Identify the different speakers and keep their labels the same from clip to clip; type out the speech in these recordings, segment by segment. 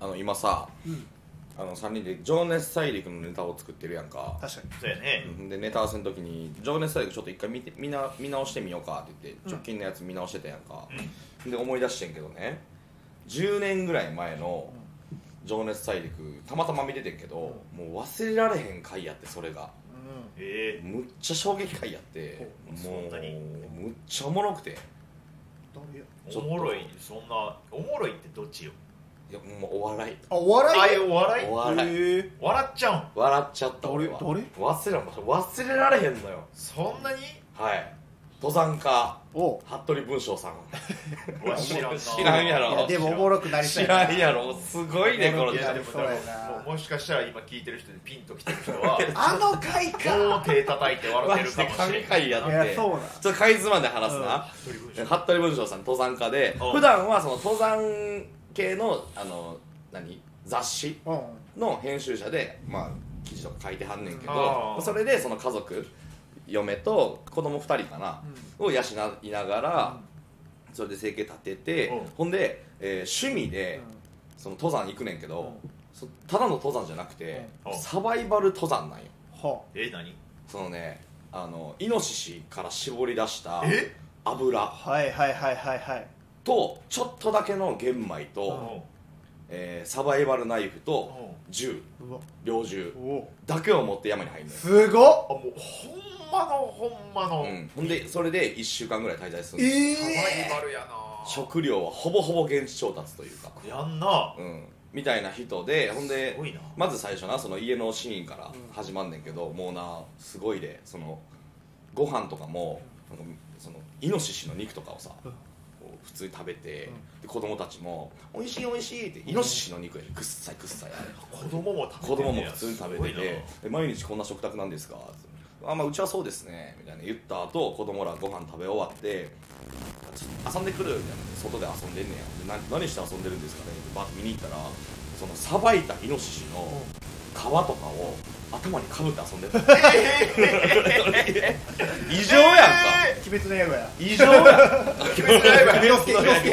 Speaker 1: あの今さ
Speaker 2: うん
Speaker 1: あの3人で「情熱大陸」のネタを作ってるやんか
Speaker 2: 確かに
Speaker 3: そうやね
Speaker 1: うんでネタ合わせの時に「情熱大陸ちょっと一回見て見な見直してみようか」って言って
Speaker 2: うん
Speaker 1: 直近のやつ見直してたやんか、で思い出してんけどね10年ぐらい前の「情熱大陸」たまたま見ててんけどもう忘れられへん回やってそれが
Speaker 3: ええ
Speaker 1: むっちゃ衝撃回やって
Speaker 3: ほう
Speaker 1: も
Speaker 3: そんなに
Speaker 1: うむっちゃおもろくて
Speaker 2: どういう
Speaker 1: ちょ
Speaker 3: お
Speaker 1: っと
Speaker 3: もろいそんなおもろいってどっちよ
Speaker 1: いやもうお笑い
Speaker 2: あお
Speaker 3: ああ
Speaker 2: 笑
Speaker 3: い
Speaker 2: いう
Speaker 3: お笑い
Speaker 1: お笑い
Speaker 2: へえ
Speaker 3: 笑っちゃうん
Speaker 1: 笑っちゃった
Speaker 2: 誰
Speaker 1: 俺は
Speaker 2: 誰
Speaker 1: 忘れら忘れられへんのよ
Speaker 3: そんなに
Speaker 1: はい登山家
Speaker 2: お
Speaker 1: 服部文章さん
Speaker 3: うわ知らんな
Speaker 1: 知らんやろ
Speaker 2: いやでもおもろくなりそう
Speaker 1: 知
Speaker 2: やな
Speaker 1: らんやろすごいねこの
Speaker 3: い
Speaker 1: 人
Speaker 3: やで
Speaker 2: り
Speaker 3: も
Speaker 2: そうやな
Speaker 3: もうもしかしたら今聞いてる人でピンときてる人 は
Speaker 2: あの回か
Speaker 3: もう手叩いて笑って
Speaker 1: マ
Speaker 3: る
Speaker 1: ジ
Speaker 3: か
Speaker 1: で
Speaker 3: もしれ
Speaker 1: 神
Speaker 3: ん
Speaker 1: 回や
Speaker 2: い
Speaker 1: って
Speaker 2: や
Speaker 1: ちょ
Speaker 2: そ
Speaker 1: っ
Speaker 2: うな
Speaker 1: とかいつまんで話すな服部文章さん登山家で
Speaker 3: うん
Speaker 1: 普段はその登山系のあの何雑誌
Speaker 2: うん
Speaker 1: の編集者でまあ記事とか書いてはんねんけ
Speaker 3: あ
Speaker 1: ど
Speaker 3: ー
Speaker 1: それでその家族嫁と子供2人かなを養いながらそれで生計立てて
Speaker 3: うん
Speaker 1: ほんでえー趣味でその登山行くねんけ
Speaker 2: うん
Speaker 1: どそただの登山じゃなくて
Speaker 3: うん
Speaker 1: サバイバル登山なんよ
Speaker 2: は
Speaker 3: え何
Speaker 1: そのねあのイノシシから絞り出した
Speaker 3: え
Speaker 1: 油
Speaker 2: はいはいはいはいはい
Speaker 1: とちょっとだけの玄米
Speaker 3: う
Speaker 1: と、
Speaker 3: ん
Speaker 1: えーサバイバルナイフと
Speaker 3: うん
Speaker 1: 銃
Speaker 2: うわ
Speaker 1: 猟銃
Speaker 2: お
Speaker 1: だけを持って山に入るのよ
Speaker 2: すごっ
Speaker 3: あもうほんまのほんまの、
Speaker 1: うん、ほんでそれで1週間ぐらい滞在するんです
Speaker 3: サバイ
Speaker 2: え
Speaker 3: バルやな
Speaker 1: 食料はほぼほぼ現地調達というか、
Speaker 3: やんな
Speaker 1: うん、みたいな人ですほんです
Speaker 3: ごいな
Speaker 1: まず最初なその家のシーンから
Speaker 2: うん
Speaker 1: 始まんねんけど、もうなすごいでそのご飯とかもなんかそのイノシシの肉とかをさ、
Speaker 2: うん
Speaker 1: こう普通に食べて、
Speaker 2: うん
Speaker 1: で子供たちも「おいしいおいしい」ってイノシシの肉やでくっさいくっさいあれ
Speaker 3: 子供も
Speaker 1: 子
Speaker 3: 食べて
Speaker 1: 供
Speaker 3: ん
Speaker 1: も
Speaker 3: ねや
Speaker 1: 普通に食べて
Speaker 3: すごいな
Speaker 1: てで毎日こんな食卓なんですかってあまあうちはそうですねみたいな言った後子供らご飯食べ終わってちょっと遊んでくるみたいな外で遊んでんねやでな何して遊んでるんですかねってバッと見に行ったらそのさばいたイノシシの皮とかを頭にかぶって遊んでた異常やんか
Speaker 2: 鬼滅の刃や
Speaker 1: 異常 やん
Speaker 2: 伊之助伊之助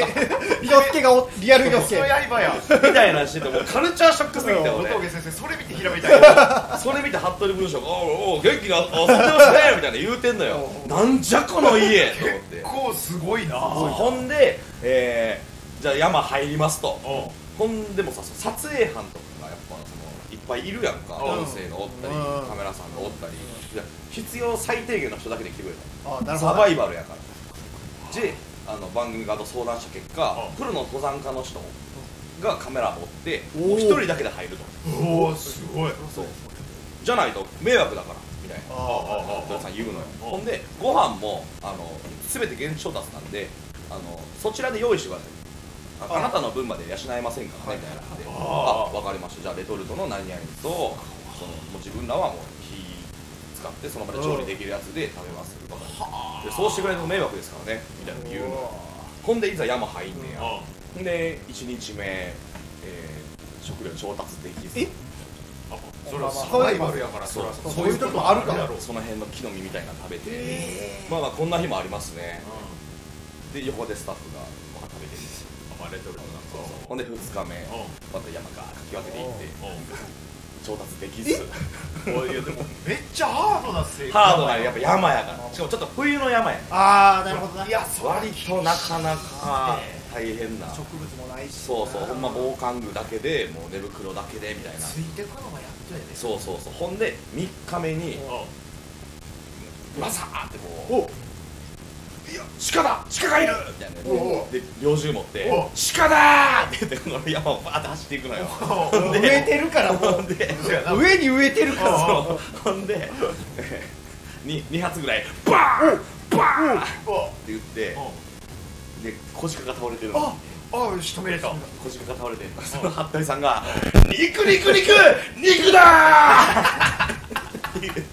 Speaker 2: 伊之助がおリアル伊之
Speaker 3: その
Speaker 2: 助
Speaker 3: 刃や
Speaker 1: みたいなしててもうカルチャーショックすぎて
Speaker 3: 小
Speaker 1: 俺
Speaker 3: 峠先生それ見てひらめいたけど
Speaker 1: それ見て服部文章が「おうおう元気な遊んでますね」みたいな言うてんのよ
Speaker 2: お
Speaker 1: なんじゃこの 家と思って
Speaker 3: こうすごいな
Speaker 1: ほんで、えーじゃあ山入りますと
Speaker 3: おう
Speaker 1: ほんでもさその撮影班とかがやっぱそのいっぱいいるやんか
Speaker 3: うん
Speaker 1: 男性がおったり
Speaker 2: うん
Speaker 1: カメラさんがおったりいや必要最低限の人だけで来てくれ
Speaker 2: あな
Speaker 1: た
Speaker 2: るほど
Speaker 1: サバイバルやからであの番組側と相談した結果
Speaker 3: うん
Speaker 1: プロの登山家の人がカメラを持って
Speaker 2: おー
Speaker 1: もう一人だけで入ると
Speaker 3: おおすごい
Speaker 1: そうじゃないと迷惑だからみたいな
Speaker 3: ああ
Speaker 2: あ
Speaker 3: あ
Speaker 1: お父さん言うのよ
Speaker 3: うん
Speaker 1: ほんでご飯もあの全て現地調達なんであのそちらで用意してくださいあ
Speaker 2: あ
Speaker 1: あなたの分まで養えませんからねみたいなので
Speaker 3: あ
Speaker 1: あ
Speaker 3: あ
Speaker 1: 分かりましたじゃあレトルトの何々とそのもう自分らはもう火使ってその場で調理できるやつで食べますわかりでそうしてくれると迷惑ですからねみたいなの言うのよほんでいざ山入んねや
Speaker 3: あ
Speaker 1: ほんで1日目、えー食料調達できず
Speaker 2: え
Speaker 3: あそれはサバイバルやから
Speaker 1: そ
Speaker 3: そうら
Speaker 1: そう
Speaker 2: いうとこあるか
Speaker 3: やろ
Speaker 1: その辺の木の実みたいなの食べて、まあまあこんな日もありますね
Speaker 3: う
Speaker 1: で横でスタッフがご飯食べてる
Speaker 3: んあまあレトルトなんか
Speaker 1: ほんで2日目
Speaker 3: う
Speaker 1: また山かかき分けていって調達でき
Speaker 2: え
Speaker 1: ず
Speaker 3: おうおいいやでもめっちゃハードな生活
Speaker 1: ハードなやっぱ山やからしかもちょっと冬の山や
Speaker 2: あーなるほどない
Speaker 3: やそ
Speaker 1: 割となかなか大変な
Speaker 2: 植物もないし
Speaker 1: そうそうほんま防寒具だけでもう寝袋だけでみたいな
Speaker 3: ついてくのがやっとやで
Speaker 1: そうそうそうほんで3日目に
Speaker 3: おう
Speaker 1: バサーってこう
Speaker 2: お
Speaker 1: いや鹿だ鹿がいるみたいな
Speaker 2: お
Speaker 1: で猟銃持って
Speaker 3: お
Speaker 1: 鹿だーって言ってこの山をバーって走っていく のよ
Speaker 3: おう
Speaker 1: で
Speaker 2: 植えてるからも
Speaker 1: ほんで
Speaker 3: そうやな
Speaker 2: う上に植えてるから
Speaker 1: そうほんでに 2, 発ぐらいバーンバーンって
Speaker 3: おう
Speaker 1: 言って
Speaker 3: おう
Speaker 1: で小鹿が倒れてるの
Speaker 3: ああ仕留めれた
Speaker 1: 小鹿が倒れてるのその服部さんが「肉肉肉肉だ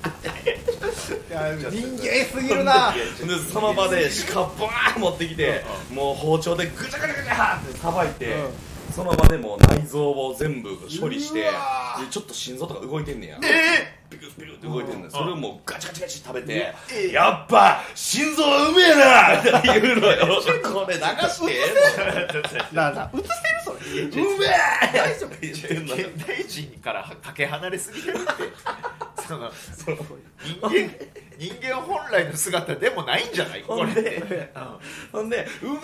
Speaker 2: いや人間すぎるな
Speaker 1: ー!」でその場で鹿バーン持ってきてもう包丁でぐちゃぐちゃぐちゃってさばいて、
Speaker 2: うん
Speaker 1: その場でもう内臓を全部処理してで
Speaker 3: うわー
Speaker 1: ちょっと心臓とか動いてんねや
Speaker 3: ええ
Speaker 1: ピクピクって動いてんのよそれをもうガチガチガチ食べて
Speaker 3: え
Speaker 1: やっぱ心臓うめえなみたいな言うのよこれ流してえ
Speaker 2: なあなあ映せるそれ
Speaker 1: 大丈夫言ってんのよ
Speaker 3: 現代人からかけ離れすぎてる ってそのその人間人間本来の姿でもないんじゃないこ
Speaker 1: ほ
Speaker 3: れ
Speaker 1: ん
Speaker 3: って
Speaker 1: で、ほんで、うめ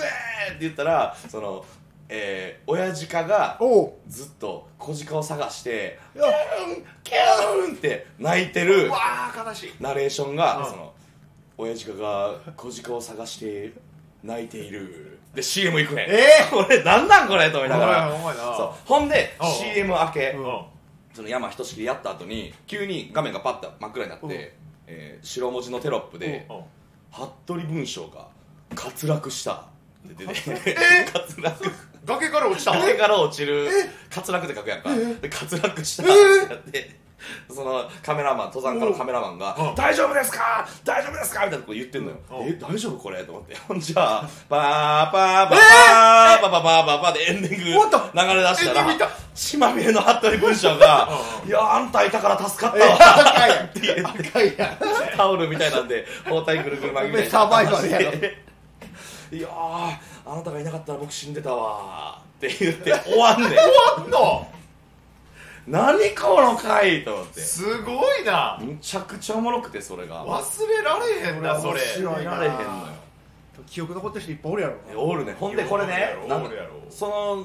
Speaker 1: えって言ったら、その、えー、親父化が
Speaker 2: おう
Speaker 1: ずっと小鹿を探して、
Speaker 2: いや
Speaker 1: キューンって泣いてる
Speaker 3: うわあ悲しい
Speaker 1: ナレーションが、
Speaker 3: うん
Speaker 1: その、親父化が小鹿を探して泣いている。で、CM 行くねん。
Speaker 2: え
Speaker 1: これ、なんなんこれと思いながら。
Speaker 3: お前お前な
Speaker 1: そうほんで
Speaker 3: おうおう、
Speaker 1: CM 明け、
Speaker 3: うん
Speaker 1: その山ひとしきりやった後に、急に画面がパッと真っ暗になっ
Speaker 2: うん
Speaker 1: て、えー白文字のテロップで、
Speaker 3: うん
Speaker 1: 服部文章が滑落したって出て 滑落
Speaker 3: 崖から落ちた
Speaker 1: 崖から落ちる滑落って書くやんかで滑落した
Speaker 2: え
Speaker 1: ってやってそのカメラマン登山家のカメラマン
Speaker 3: う
Speaker 1: が「
Speaker 3: ん
Speaker 1: 大丈夫ですか大丈夫ですか?」みたいなこと言ってんのよ
Speaker 3: うん
Speaker 1: え大丈夫これと思って ほんじゃあパーパーパーパーパーパーパーパーでエンディング流れ
Speaker 2: おっと
Speaker 1: 出した
Speaker 3: エンディングいた
Speaker 1: ら島名の服部文章 が「いやあんたいたから助かったわ」
Speaker 2: 赤いやん
Speaker 1: って言って
Speaker 2: 赤いやん
Speaker 1: タオルみたいなんで包帯ぐるぐる巻きみたいな
Speaker 2: サバイバルやろ
Speaker 1: いやーあなたがいなかったら僕死んでたわーって言って終わん ねん
Speaker 3: なんだ
Speaker 1: 何この回と思って
Speaker 3: すごいな
Speaker 1: むちゃくちゃおもろくてそれが
Speaker 3: 忘れられへんなそれ
Speaker 2: 面白いな
Speaker 1: られへんのよ
Speaker 2: 記憶残ってる人いっぱいおるやろ
Speaker 1: えおるねほんでこれね
Speaker 3: おるやろ
Speaker 1: なん
Speaker 3: おるやろ
Speaker 1: そのも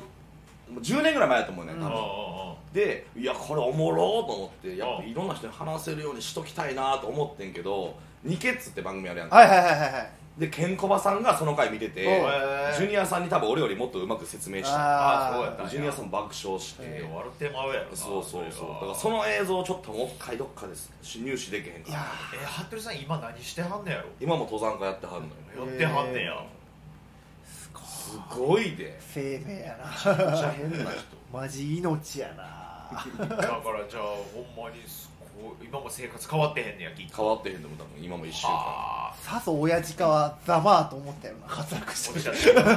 Speaker 1: う10年ぐらい前だと思うねん
Speaker 3: う
Speaker 1: 多
Speaker 3: んうん
Speaker 1: 分
Speaker 3: うん
Speaker 1: でいやこれおもろーと思ってやっぱ
Speaker 3: うん
Speaker 1: いろんな人に話せるようにしときたいなーと思ってんけど「ニケッツ」って番組あるやんか
Speaker 2: はいはいはいはいはい
Speaker 1: でケンコバさんがその回見てて
Speaker 2: おう
Speaker 1: ジュニアさんに多分俺よりもっとうまく説明した
Speaker 2: あ
Speaker 3: あ
Speaker 2: あ
Speaker 3: そうやった
Speaker 1: のジュニアさん爆笑し
Speaker 3: え
Speaker 1: て
Speaker 3: ー笑ってまうやろな
Speaker 1: そうそうそうだ
Speaker 3: れは
Speaker 1: からその映像をちょっともう一回どっかです入手できへんか
Speaker 2: いや
Speaker 1: ら
Speaker 3: えー服部さん今何してはんねや
Speaker 1: 今も登山家やってはるのよ
Speaker 3: ろやってはんねや
Speaker 1: すごいで
Speaker 2: 生命や
Speaker 1: めっちゃ
Speaker 2: な
Speaker 1: 変な人
Speaker 2: マジ命やな
Speaker 3: だからじゃあほんまにすごい今も生活変わってへんねやきっと
Speaker 1: 変わってへんでも多分今も一週間
Speaker 3: あ
Speaker 2: さぞ親父かはざまあと思ったよな活躍
Speaker 3: ー
Speaker 2: し
Speaker 3: 落ち
Speaker 2: て
Speaker 3: ちゃってる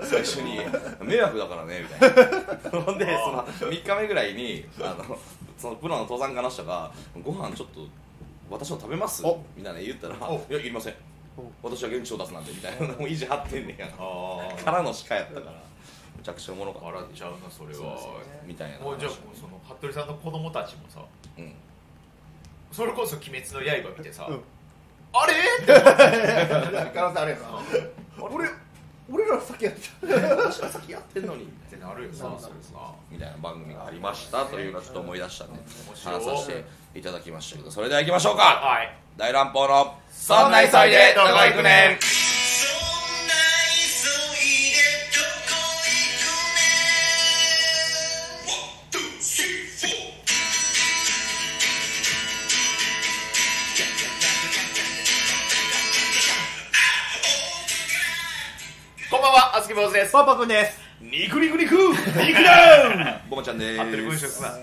Speaker 3: な
Speaker 1: 最初に迷惑だからねみたいなほん でその3日目ぐらいにあのそのプロの登山家の人が「ご飯ちょっと私の食べます
Speaker 2: お」
Speaker 1: みたいな言ったら「い
Speaker 3: お
Speaker 1: やいりません
Speaker 2: お
Speaker 1: 私は現地を出すなんて」み たいなのも意地張ってんねや
Speaker 3: あー
Speaker 1: からの鹿やったからめちゃくちゃおもろかった
Speaker 3: 笑っちゃうなそれは
Speaker 1: そうですねみたいな
Speaker 3: もうじゃあもうその服部さんの子供たちもさ
Speaker 1: うん
Speaker 3: それこそ「鬼滅の刃」見てさ「
Speaker 2: うん
Speaker 3: あれ?」って思って
Speaker 2: 可能性あるやな俺俺ら先やって
Speaker 1: 私は先やってんのにみ
Speaker 3: ってなるよな
Speaker 2: そう
Speaker 3: それさ
Speaker 1: たいな番組がありましたというのをちょっと思い出したんで
Speaker 3: 面白い
Speaker 1: 話させていただきましたけどそれでは行きましょうか
Speaker 3: はい
Speaker 1: 大乱暴の「そんな急いでどこ行くねん」
Speaker 3: こんばんはあずき坊主です
Speaker 2: パパ君です
Speaker 1: 肉肉肉肉 だボマちゃんで
Speaker 3: 服部文
Speaker 1: ー
Speaker 3: 章
Speaker 1: す
Speaker 3: さん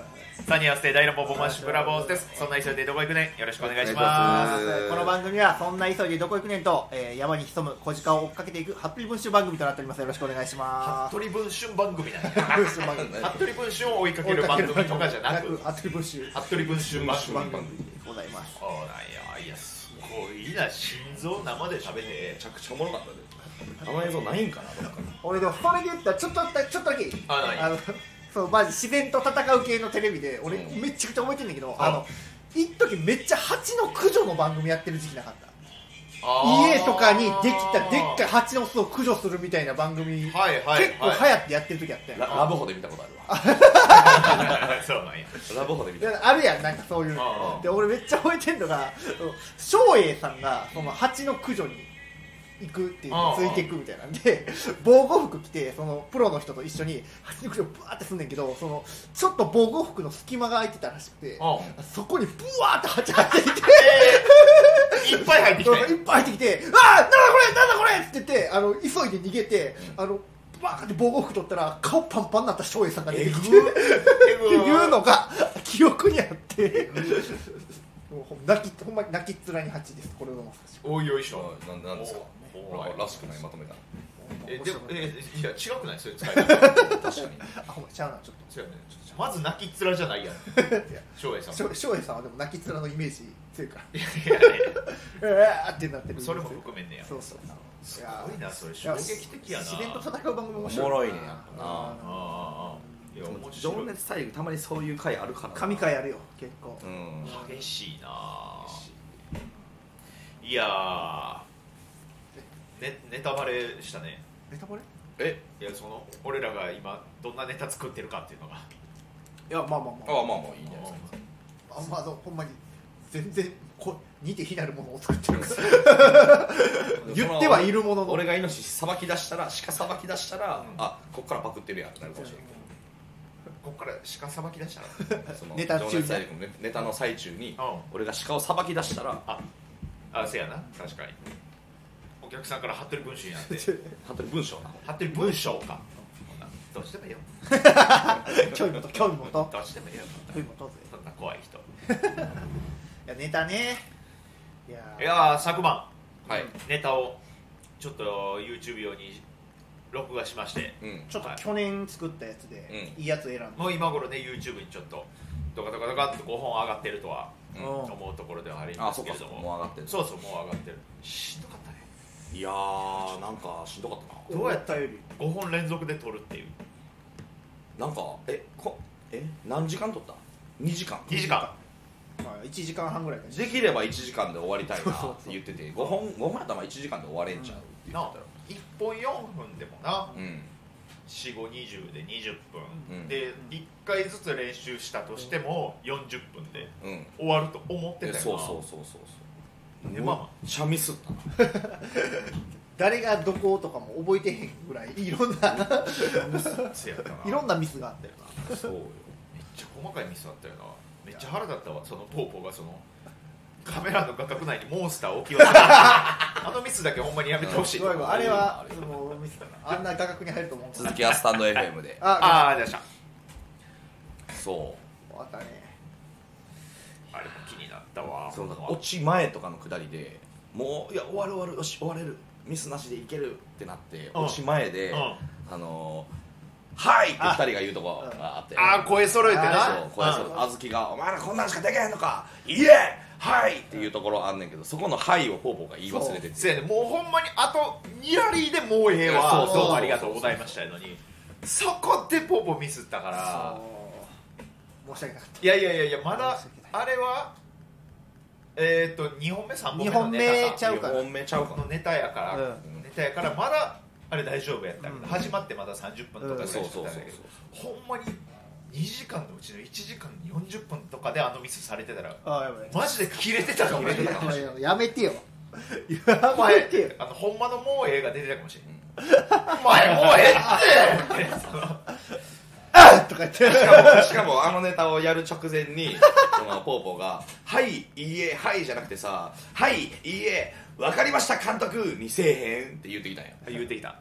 Speaker 3: サニーアステイダイラポボマッシュブラボーズですそんな急いでどこ行くねんよろしくお願いします
Speaker 2: この番組はそんな急いでどこ行くねんと、えー、山に潜む小鹿を追っかけていくハッピー文集番組となっておりますよろしくお願いします
Speaker 3: 服部文春番組 なんや
Speaker 2: 文集番組
Speaker 3: 服部文春を追いかける番組とかじゃなく
Speaker 2: ハッピー文集
Speaker 3: 服部文春番組
Speaker 1: 番組
Speaker 2: ございます
Speaker 3: そうなんやいやすごいな心臓生で喋って
Speaker 1: めちゃくちゃおもろかったであの映像ないんかなどっかに
Speaker 2: 俺でもそれで言ったらちょっとだけちょっとだけいい
Speaker 3: あ何
Speaker 2: のそうマジ自然と戦う系のテレビで俺
Speaker 1: うん
Speaker 2: めちゃくちゃ覚えてんだけど
Speaker 3: あ
Speaker 2: あの一時めっちゃ蜂の駆除の番組やってる時期なかった
Speaker 3: あー
Speaker 2: 家とかにできたでっかい蜂の巣を駆除するみたいな番組、
Speaker 3: はいはいはい
Speaker 2: 結構流行ってやってる時あったよ、
Speaker 1: ララブホで見たことあるわ
Speaker 3: そうなんや
Speaker 1: ラブホで見
Speaker 2: い
Speaker 1: た
Speaker 2: やあるやんなんかそういう
Speaker 3: あ
Speaker 2: の
Speaker 3: あ
Speaker 2: で俺めっちゃ覚えてんのがうん照英さんがその蜂の駆除に行くっていう
Speaker 3: ああ
Speaker 2: ついていくみたいなんで防護服着てそのプロの人と一緒に蜂の駆除をブワーってすんねんけどそのちょっと防護服の隙間が空いてたらしくて
Speaker 3: う
Speaker 2: そこにブワーって蜂が入ってきて
Speaker 3: んいっぱい入ってき
Speaker 2: そう
Speaker 3: た
Speaker 2: い
Speaker 3: よ
Speaker 2: っぱい入ってきて「ああなんだこれなんだこれ!」って言ってあの急いで逃げてあのバーって防護服取ったら顔パンパンになった照英さんが出てきて。
Speaker 3: え
Speaker 2: って
Speaker 3: ぐ
Speaker 2: いうのが記憶にあってもうほん泣きほんまに泣きっ面に蜂ですこれはまさしく
Speaker 3: おいよいしょ
Speaker 1: なななんですか
Speaker 3: お
Speaker 1: ほら
Speaker 3: お
Speaker 1: らしくないまとめた
Speaker 3: え
Speaker 2: 面
Speaker 3: で
Speaker 2: 白
Speaker 3: も
Speaker 2: い
Speaker 3: えいや違くないそれ使い方
Speaker 1: 確かに
Speaker 2: あほんまちゃうなちょっ
Speaker 3: そうやねまず泣きっ面じゃないやん翔英さん
Speaker 2: としょうえさんはでも泣きっ面のイメージ強いから
Speaker 3: いやいやいや
Speaker 2: えーってなってる
Speaker 3: それも含めんねや
Speaker 2: そうそう
Speaker 3: す
Speaker 2: や
Speaker 3: ごいなそれ衝撃的やな
Speaker 2: 自然と戦う番組面白い
Speaker 1: おもろいねやっぱな
Speaker 2: あ
Speaker 3: あ
Speaker 1: 情熱大陸たまにそういう回あるからな
Speaker 2: 神回あるよ結構
Speaker 1: うん
Speaker 3: 激しいなあいやあねネタバレしたね
Speaker 2: ネタバレ
Speaker 1: え
Speaker 3: いやその俺らが今どんなネタ作ってるかっていうのが
Speaker 2: いやまあま
Speaker 1: あ
Speaker 2: あまあ
Speaker 1: あまあまあいいんじゃないですか
Speaker 2: あんまあのほんまに全然こ似て非なるものを作ってるから言ってはいるものの
Speaker 1: 俺がイノシシさばき出したら鹿さばき出したら、
Speaker 3: うん
Speaker 1: あこっからパクってるやんってなるかもしれん
Speaker 3: こっから鹿さばき出したら
Speaker 1: けどその
Speaker 2: ネタ中に
Speaker 1: 情熱大陸のねネタの最中に、
Speaker 3: うん
Speaker 1: 俺が鹿をさばき出したら
Speaker 3: ああせやな確かにお客さんから服部文春やって
Speaker 1: 本当に文章な
Speaker 3: 服部文章かどうしてもいいよ
Speaker 2: 興味持と興味持と
Speaker 3: どうしてもいいよ
Speaker 2: 興味持とうぜ
Speaker 3: そんな怖い人
Speaker 2: いやネタねいやー
Speaker 3: いやー昨晩
Speaker 1: はい
Speaker 3: ネタをちょっと YouTube 用に録画しまして
Speaker 1: うん
Speaker 2: ちょっと
Speaker 3: はい
Speaker 2: 去年作ったやつで、
Speaker 1: うん
Speaker 2: いいやつ選んで
Speaker 3: もう今頃ね YouTube にちょっとドカドカドカっと5本上がってるとは
Speaker 1: うん
Speaker 3: 思うところではあり
Speaker 1: あ
Speaker 3: ます
Speaker 1: そっ
Speaker 3: け
Speaker 1: か
Speaker 3: れ
Speaker 1: そ
Speaker 3: ど
Speaker 1: っか
Speaker 3: も
Speaker 1: もう上がってる
Speaker 3: そうそうもう上がってるしんどかったね
Speaker 1: いやーなんかしんどかったな
Speaker 2: どうやったより
Speaker 3: 5本連続で撮るっていう
Speaker 1: なんかえこえ何時間撮った2時間
Speaker 3: 2時間
Speaker 2: まあ1時間半ぐらいかな
Speaker 1: できれば1時間で終わりたいな
Speaker 2: そうそう
Speaker 1: っ
Speaker 2: そ
Speaker 1: て
Speaker 2: う
Speaker 1: 言ってて5本五本やったら1時間で終われんちゃうって言っ
Speaker 3: な
Speaker 1: て
Speaker 3: 1本4分でもな
Speaker 1: たらうん
Speaker 3: 4520で20分、
Speaker 1: うん
Speaker 3: で1回ずつ練習したとしても40分で
Speaker 1: うん
Speaker 3: 終わると思って
Speaker 1: で
Speaker 3: たよな
Speaker 1: そうそうそうそうそうめ
Speaker 3: で
Speaker 1: っ
Speaker 3: まあま
Speaker 1: ちゃミスったな
Speaker 2: 誰がどことかも覚えてへんぐらい いろんな
Speaker 3: あせやったない
Speaker 2: ろんなミスがあったよな
Speaker 1: そうよ
Speaker 3: めっちゃ細かいミスだったよなめっちゃ腹立ったわそのポーポーがそのカメラの画角内にモンスターを置き忘れたあのミスだけほんまにやめてほしい
Speaker 2: すごいわあれは
Speaker 1: あれ
Speaker 2: もうミスだなあんな画角に入ると思うん
Speaker 1: 続きはスタンド FM で
Speaker 2: あ
Speaker 3: ああ出した
Speaker 1: そ
Speaker 2: 終わったね
Speaker 3: あれも気になったわ
Speaker 1: うその落ち前とかのくだりでもういや終わる終わるよし終われるミスなしでいけるってなって
Speaker 3: うん
Speaker 1: 落ち前で
Speaker 3: うん
Speaker 1: あのーはいって2人が言うとこがあって
Speaker 3: ああ声揃えて
Speaker 2: あ
Speaker 3: な
Speaker 1: そうこれそう
Speaker 3: うん
Speaker 1: あずきが「お前らこんなんしかできへんのかいえはい!」っていうところあんねんけどそこの「はい」をぽーぽーが言い忘れてて
Speaker 3: せやねもうほんまにあとニラリーでもうええわ
Speaker 1: そうそうそう
Speaker 3: どうもありがとうございましたやのにそこでポーポーミスったから
Speaker 2: そう申し訳なかっ
Speaker 3: いやいやいやいやまだ
Speaker 2: 申し訳ない
Speaker 3: あれはえっ、と2本目3本目のネ
Speaker 2: 二本
Speaker 3: タ
Speaker 2: 目
Speaker 3: か
Speaker 2: ちゃうから
Speaker 1: 本命ちゃうか
Speaker 3: のネタやから、
Speaker 1: うん
Speaker 3: ネタやからまだあれ大丈夫やったけど、
Speaker 2: うん
Speaker 3: 始まってまだ30分とかぐらいし
Speaker 1: そう
Speaker 3: てたん
Speaker 1: そうそう
Speaker 3: だ
Speaker 1: そう
Speaker 3: けど、ほんまに2時間のうちの1時間40分とかであのミスされてたら
Speaker 2: たああやばい
Speaker 3: マジでキレてた かもしれない
Speaker 2: やばいやばいやめてよ
Speaker 3: お
Speaker 2: やめ
Speaker 3: 前
Speaker 2: て よ
Speaker 3: あのほんまのもうええが出てたかもしれない、ん、お前もうええってその
Speaker 2: とか言って
Speaker 1: しかもしかもあのネタをやる直前にそのぽーぽーが「はいいいえはい」じゃなくてさ「はいいいえわかりました監督」にせえへんって言ってきたんや
Speaker 3: 言うてきた、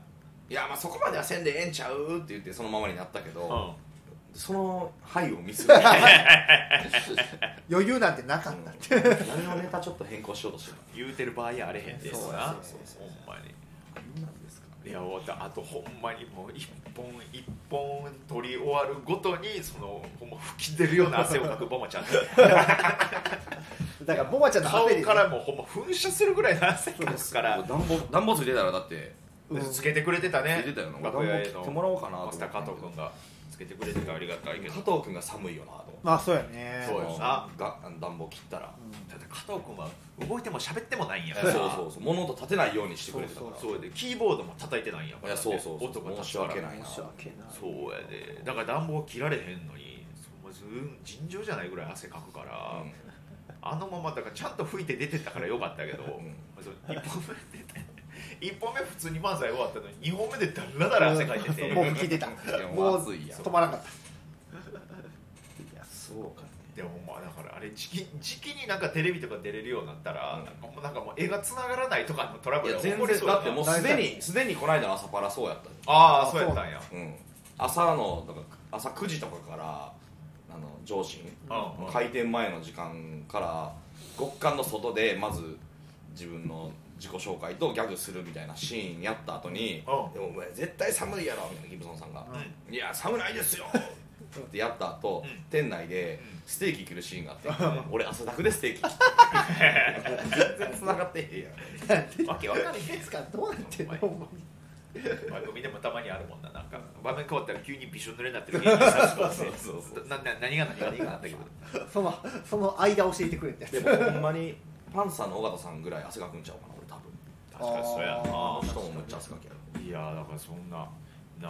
Speaker 1: いやまあそこまではせんでええんちゃうって言ってそのままになったけ
Speaker 3: う
Speaker 1: ど、
Speaker 3: ん
Speaker 1: その「はい」をミスる何
Speaker 2: 余裕なんてなかったって
Speaker 1: のネタちょっと変更しようとしてる
Speaker 3: 言うてる場合やあれへんで
Speaker 2: そう
Speaker 3: す
Speaker 2: や
Speaker 3: な
Speaker 2: そう
Speaker 3: ほんまに
Speaker 1: 何なんですか
Speaker 3: いや終わったあとほんまにもう一本一本取り終わるごとにそのほんま吹き出るような汗をかくボ マちゃん
Speaker 2: だからボマちゃんの
Speaker 3: 顔
Speaker 2: 汗でね
Speaker 3: からもうほんま噴射するぐらいの汗かくから
Speaker 1: 暖房暖房ついてたらだって
Speaker 2: うん
Speaker 3: つけてくれてたね
Speaker 1: ついてたよな
Speaker 3: 楽屋へ
Speaker 1: 俺暖房切ってもらおうかなと
Speaker 3: の
Speaker 1: 思
Speaker 3: マ
Speaker 1: っ
Speaker 3: ス
Speaker 1: て
Speaker 3: ター加藤君がつけてくれてたありがたいけ
Speaker 1: 加
Speaker 3: ど
Speaker 1: 藤君が寒いよなと思って
Speaker 2: まあそうやね
Speaker 3: そうよな
Speaker 1: が暖房切ったら
Speaker 2: うん
Speaker 3: ただ加藤君は動いても喋ってもないんや
Speaker 1: そうそうそう物音立てないようにしてくれてたから
Speaker 2: そう
Speaker 3: そうでキーボードも叩いてないんやから
Speaker 1: いやそうそうそう
Speaker 3: 男
Speaker 1: 申し訳ないいな
Speaker 2: 申し訳ない
Speaker 3: そうやでだから暖房切られへんのにそんなずん尋常じゃないぐらい汗かくから、
Speaker 1: う
Speaker 3: あのままだからちゃんと吹いて出てったからよかったけど、
Speaker 1: ん
Speaker 3: そう一本目出て一本目普通に漫才終わったのに二本目でダラダラ汗かいてて、
Speaker 2: もう聞いてた
Speaker 1: いや
Speaker 2: も
Speaker 1: も
Speaker 2: う
Speaker 1: う暑いやん
Speaker 2: 止まらなかった
Speaker 1: いやそうかね
Speaker 3: でもまあだからあれ時期時期になんかテレビとか出れるようになったら、なんかもうなんかもう絵が繋がらないとかのトラブ
Speaker 1: いや
Speaker 3: ルが起
Speaker 1: 全
Speaker 3: こり
Speaker 1: 然
Speaker 3: そう
Speaker 1: だ
Speaker 3: や
Speaker 1: って
Speaker 3: な
Speaker 1: もうすでにすでにこの間の朝パラそうやった
Speaker 3: ああそうやったんや
Speaker 1: うん朝のだから朝9時とかからあの上司に
Speaker 3: うんうん
Speaker 1: 開店前の時間から極寒の外でまず自分の自己紹介とギャグするみたいなシーンやった後に「でもお前絶対寒いやろ」みたいなギブソンさんが「いや寒ないですよ」ってやった後、
Speaker 3: うん
Speaker 1: 店内で
Speaker 3: うん
Speaker 1: ステーキ切るシーンがあって「 俺汗だくでステー キ切った」全然繋がってへんやん
Speaker 3: うんわけわかんない
Speaker 2: いつかどうなってんのほんまに
Speaker 3: 番組でもたまにあるもんななんか場面変わったら急にびしょ濡れになって る芸人さんとか
Speaker 1: そうそうそう
Speaker 3: なな何が何が何があったけど
Speaker 2: そのその間教えてくれって
Speaker 1: でもほんまにパンサーの尾形さんぐらい汗かくんちゃうかな俺多分
Speaker 3: 確かにそうやな
Speaker 1: あの人もめっちゃ汗かきやろ
Speaker 3: いやーだからそんな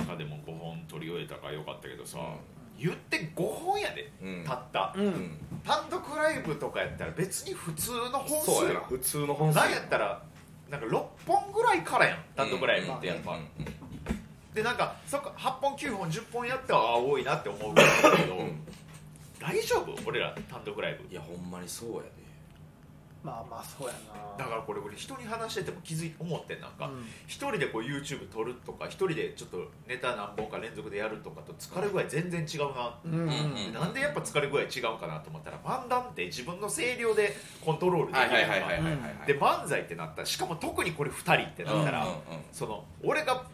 Speaker 3: 中でも5本取り終えたからよかったけどさ、
Speaker 1: う
Speaker 3: 言って5本やで、
Speaker 1: うん
Speaker 3: たった、
Speaker 2: うん
Speaker 1: うん
Speaker 3: 単独ライブとかやったら別に普通の本数
Speaker 1: そう
Speaker 3: や
Speaker 1: やな普通の本
Speaker 3: ん
Speaker 1: 数
Speaker 3: なんやったらなんか6本ぐらいからやん単独ライブってやっぱ、
Speaker 1: うんうん
Speaker 3: でなんかそっか8本9本10本やったらああ多いなって思うけど、
Speaker 1: ん
Speaker 3: 大丈夫俺ら単独ライブ
Speaker 1: いやほんまにそうやで
Speaker 2: まあまあそうやな
Speaker 3: だからこれ俺人に話してても気づい思ってんなんか、
Speaker 2: うん
Speaker 3: 一人でこう YouTube 撮るとか一人でちょっとネタ何本か連続でやるとかと疲れ具合全然違うな、
Speaker 2: うんうん
Speaker 1: うん
Speaker 3: なんでやっぱ疲れ具合違うかなと思ったら漫談って自分の声量でコントロールできるやんかで漫才ってなったらしかも特にこれ2人ってなったら、
Speaker 1: うんうんうん
Speaker 3: その俺が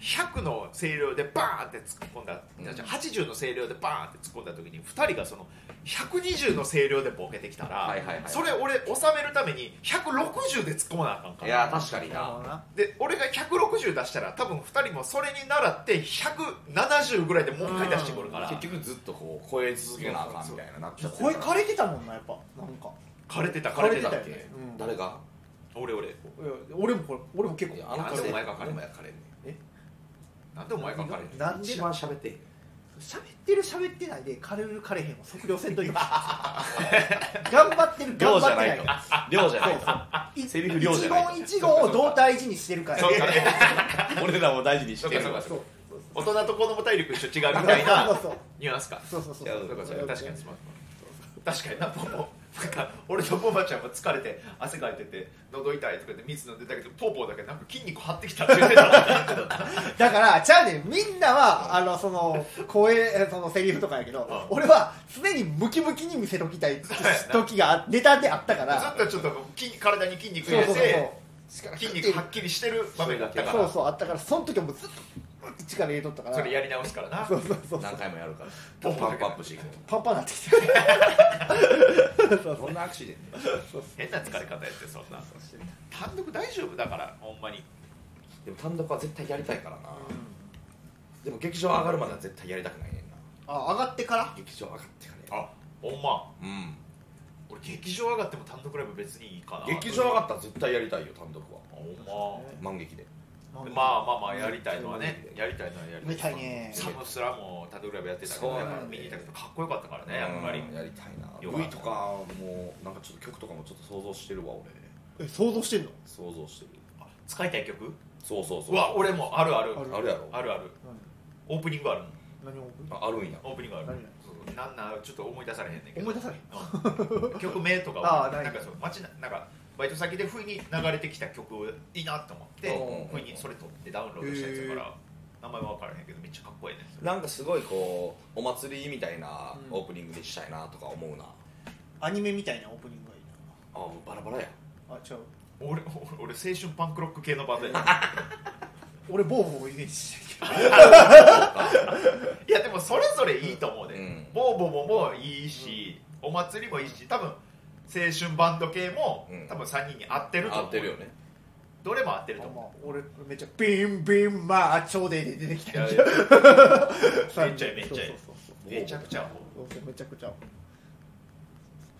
Speaker 3: 100の声量でバーンって突っ込んだ、
Speaker 1: うん
Speaker 3: じゃあ80の声量でバーンって突っ込んだ時に2人がその120の声量でボケてきたら、
Speaker 1: はいはいはい
Speaker 3: それ俺収めるために160で突っ込まなあかんか
Speaker 1: い
Speaker 3: ら
Speaker 1: や確かに
Speaker 2: なるほ
Speaker 1: な
Speaker 2: どな
Speaker 3: で俺が160出したら多分2人もそれに倣って170ぐらいでもう一回出してくるから
Speaker 1: 結局ずっとこう超え続けなあかんみたいななっちゃって
Speaker 2: 声枯れてたもんなやっぱなんか
Speaker 3: 枯れてた枯れてたっ
Speaker 2: 枯れてたよ
Speaker 3: け
Speaker 2: ねうん
Speaker 1: 誰が
Speaker 3: 俺俺
Speaker 2: いや俺もこれ俺も結
Speaker 1: いや
Speaker 2: 構
Speaker 1: あの
Speaker 3: なんでお前が枯れん
Speaker 1: お前が枯れんね
Speaker 3: なんでお前が枯れてた
Speaker 2: なんで
Speaker 1: 一
Speaker 2: な
Speaker 1: 番喋ってへん
Speaker 2: 喋ってる喋ってないで枯れる枯れへんを測量せんといて頑張ってる頑張ってないか
Speaker 1: 量じゃない
Speaker 2: い
Speaker 1: セリフ量じゃないと
Speaker 2: 一言一言をどう大事にしてるかや
Speaker 3: そうかね
Speaker 1: と俺らも大事にしてる
Speaker 3: そうか
Speaker 2: そう
Speaker 3: 大人と子供体力一緒違うみたい
Speaker 2: そう
Speaker 3: な
Speaker 2: そう
Speaker 3: ニュアンスか
Speaker 2: そうそうそう
Speaker 1: いや
Speaker 3: だからそれ
Speaker 2: そう
Speaker 3: 確かにスマート確かになポポなんか俺とポポちゃんも疲れて汗かいてて喉痛いとか言って水飲んでたけどポーポーだけなんか筋肉張ってきたって言ってた
Speaker 2: だからちゃうねんみんなはあのその声えそのセリフとかやけど
Speaker 3: う
Speaker 2: 俺は常にムキムキに見せときたい時がネタであったから
Speaker 3: ずっとちょっと筋体に筋肉
Speaker 2: そう
Speaker 3: 入れ
Speaker 2: そうそう
Speaker 3: て筋肉はっきりしてる場面だったか
Speaker 2: そう
Speaker 3: ら
Speaker 2: そうあったからその時はもうずっとうんって力入れとったから
Speaker 3: それやり直すからな
Speaker 2: そうそうそう
Speaker 1: 何回もや るからパンプアップしていく
Speaker 2: パンパンなってきてるそう
Speaker 1: どんなアクシデント
Speaker 3: 変な疲れ方やってそんな単独大丈夫だからほんまに
Speaker 1: でも単独は絶対やりたいからなでも劇場上がるまでは絶対やりたくないねんな
Speaker 2: あ上がってから
Speaker 1: 劇場上がってからや
Speaker 3: あほんま
Speaker 1: うん
Speaker 3: 俺劇場上がっても単独ライブ別にいいかな
Speaker 1: 劇場上がったら絶対やりたいよ単独は
Speaker 3: ほんま
Speaker 1: 満劇で
Speaker 3: まあまあまあやりたいのはねやりたいのはやりた
Speaker 2: 見
Speaker 3: い
Speaker 2: たいね
Speaker 3: サムスラもタトゥーライブやってたけど
Speaker 1: そうや
Speaker 3: やっ
Speaker 1: ね
Speaker 3: ぱ見に行ったけどかっこよかったからねやっぱり
Speaker 1: うんやりたいな
Speaker 3: よかった
Speaker 1: V とかもなんかちょっと曲とかもちょっと想像してるわ俺
Speaker 2: え想像してんの
Speaker 1: 想像してる
Speaker 3: あ使いたい曲
Speaker 1: そうそうそう
Speaker 3: うわ俺もあるある
Speaker 2: ある
Speaker 1: あるやろ
Speaker 3: あるあるオープニングあるもん
Speaker 2: 何何を
Speaker 1: ああるんや
Speaker 3: オープニングある
Speaker 2: 何
Speaker 3: そうなんなんちょっと思い出されへんねんけど
Speaker 2: 思い出されへ
Speaker 3: うん曲名とか
Speaker 2: あ
Speaker 3: は
Speaker 2: あない
Speaker 3: なんかそう街ななんかバイト先で不意に流れてきた曲いいなと思って
Speaker 1: う
Speaker 3: 不
Speaker 1: ん
Speaker 3: 意にそれ撮ってダウンロードしたやつやから名前は分からへんけどめっちゃかっこええねん
Speaker 1: なんかすごいこうお祭りみたいな
Speaker 2: うん
Speaker 1: オープニングにしたいなとか思うな、
Speaker 2: アニメみたいなオープニングがいい
Speaker 1: あもうバラバラや
Speaker 2: なあ違う
Speaker 3: 俺 俺俺青春パンクロック系のバンドやねん
Speaker 2: 俺ボーボーをイメージしてる
Speaker 3: いやでもそれぞれいいと思うね、
Speaker 1: うん
Speaker 3: ボーボボもいいし、お祭りもいいし多分青春バンド系も、
Speaker 1: うん
Speaker 3: 多分3人に合ってると
Speaker 1: 合
Speaker 3: 思う
Speaker 1: ってるよね
Speaker 3: どれも合ってると
Speaker 2: けど、ま
Speaker 3: 思
Speaker 2: あ、俺めっちゃビンビンマーチョーデーで出てき
Speaker 3: うい
Speaker 2: た
Speaker 3: や
Speaker 2: よ
Speaker 3: いや
Speaker 2: そう
Speaker 3: めっちゃいいめっちゃいい
Speaker 2: そうそう
Speaker 1: ボーボー
Speaker 3: めちゃくちゃもう
Speaker 2: そうそうめちゃくちゃ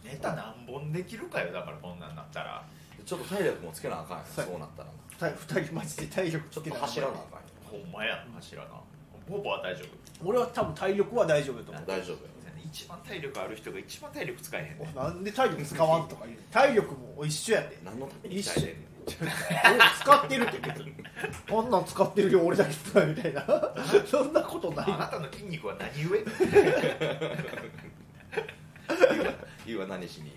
Speaker 3: ネタ何本できるかよだからこんなんなったら
Speaker 1: ちょっと体力もつけなあかんやん
Speaker 2: はい
Speaker 1: そうなったらな
Speaker 2: た二人マジで体力
Speaker 1: ちょっ
Speaker 2: つけ
Speaker 1: と
Speaker 2: た
Speaker 1: 走らなあかんや
Speaker 3: ほんまや柱なボーボは大丈夫
Speaker 2: 俺は多分体力は大丈夫だと思
Speaker 1: ん大丈夫や
Speaker 3: 一番体力ある人が一番体力使えへんね
Speaker 2: うなんで体力使わんとか言う体力も一緒やで
Speaker 1: 何のために鍛えてんねん
Speaker 2: 俺使ってるって別にあんなん使ってるよ俺だけ使うみたいなそんなことない
Speaker 3: あなたの筋肉は何故
Speaker 1: 言うは何しに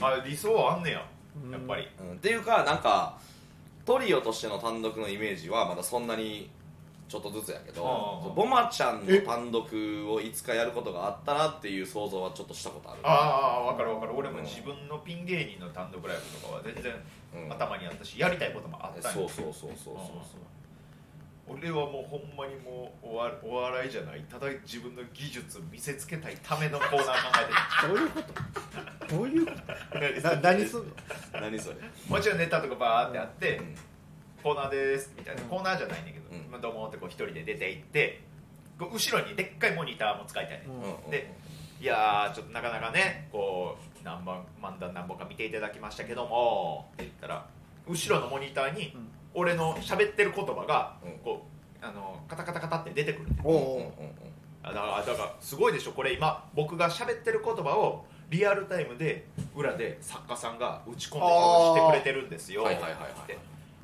Speaker 3: あ理想はあんねや
Speaker 2: うん
Speaker 3: やっぱり
Speaker 1: うんっていうかなんかトリオとしての単独のイメージはまだそんなにちょっとずつやけど
Speaker 3: ああ
Speaker 1: そうボマちゃん
Speaker 2: え
Speaker 1: の単独をいつかやることがあったなっていう想像はちょっとしたことある
Speaker 3: ああ分かる分かる俺も自分のピン芸人の単独ライブとかは全然
Speaker 1: うん
Speaker 3: 頭にあったしやりたいこともあったんや
Speaker 1: そうそうそうそうそう
Speaker 3: 俺はもうほんまにもうおわお笑いじゃないただ自分の技術見せつけたいためのコーナ
Speaker 2: ど
Speaker 3: ー考
Speaker 2: ういうことどういうこと
Speaker 3: えてる
Speaker 2: な何すんの
Speaker 1: 何それ
Speaker 3: もちろんネタとかバーってあって、
Speaker 1: うん
Speaker 3: コーナーですみたいな、
Speaker 2: うん
Speaker 3: コーナーじゃないんだけど、
Speaker 1: うん
Speaker 3: まあ、どうもってこう一人で出て行ってこう後ろにでっかいモニターも使いたいね、
Speaker 2: うん
Speaker 1: うん
Speaker 3: でいやーちょっとなかなかねこう何番漫談何本か見ていただきましたけどもって言ったら後ろのモニターに
Speaker 2: うん
Speaker 3: 俺の喋ってる言葉が
Speaker 1: うん
Speaker 3: こうあのカタカタカタって出てくるんだよ
Speaker 2: お
Speaker 1: うん
Speaker 2: お
Speaker 1: うん
Speaker 2: ー
Speaker 3: あだからだからすごいでしょこれ今僕が喋ってる言葉をリアルタイムで裏で作家さんが打ち込んでこうしてくれてるんです
Speaker 1: うん
Speaker 3: よ
Speaker 1: はいはいはいはい
Speaker 3: で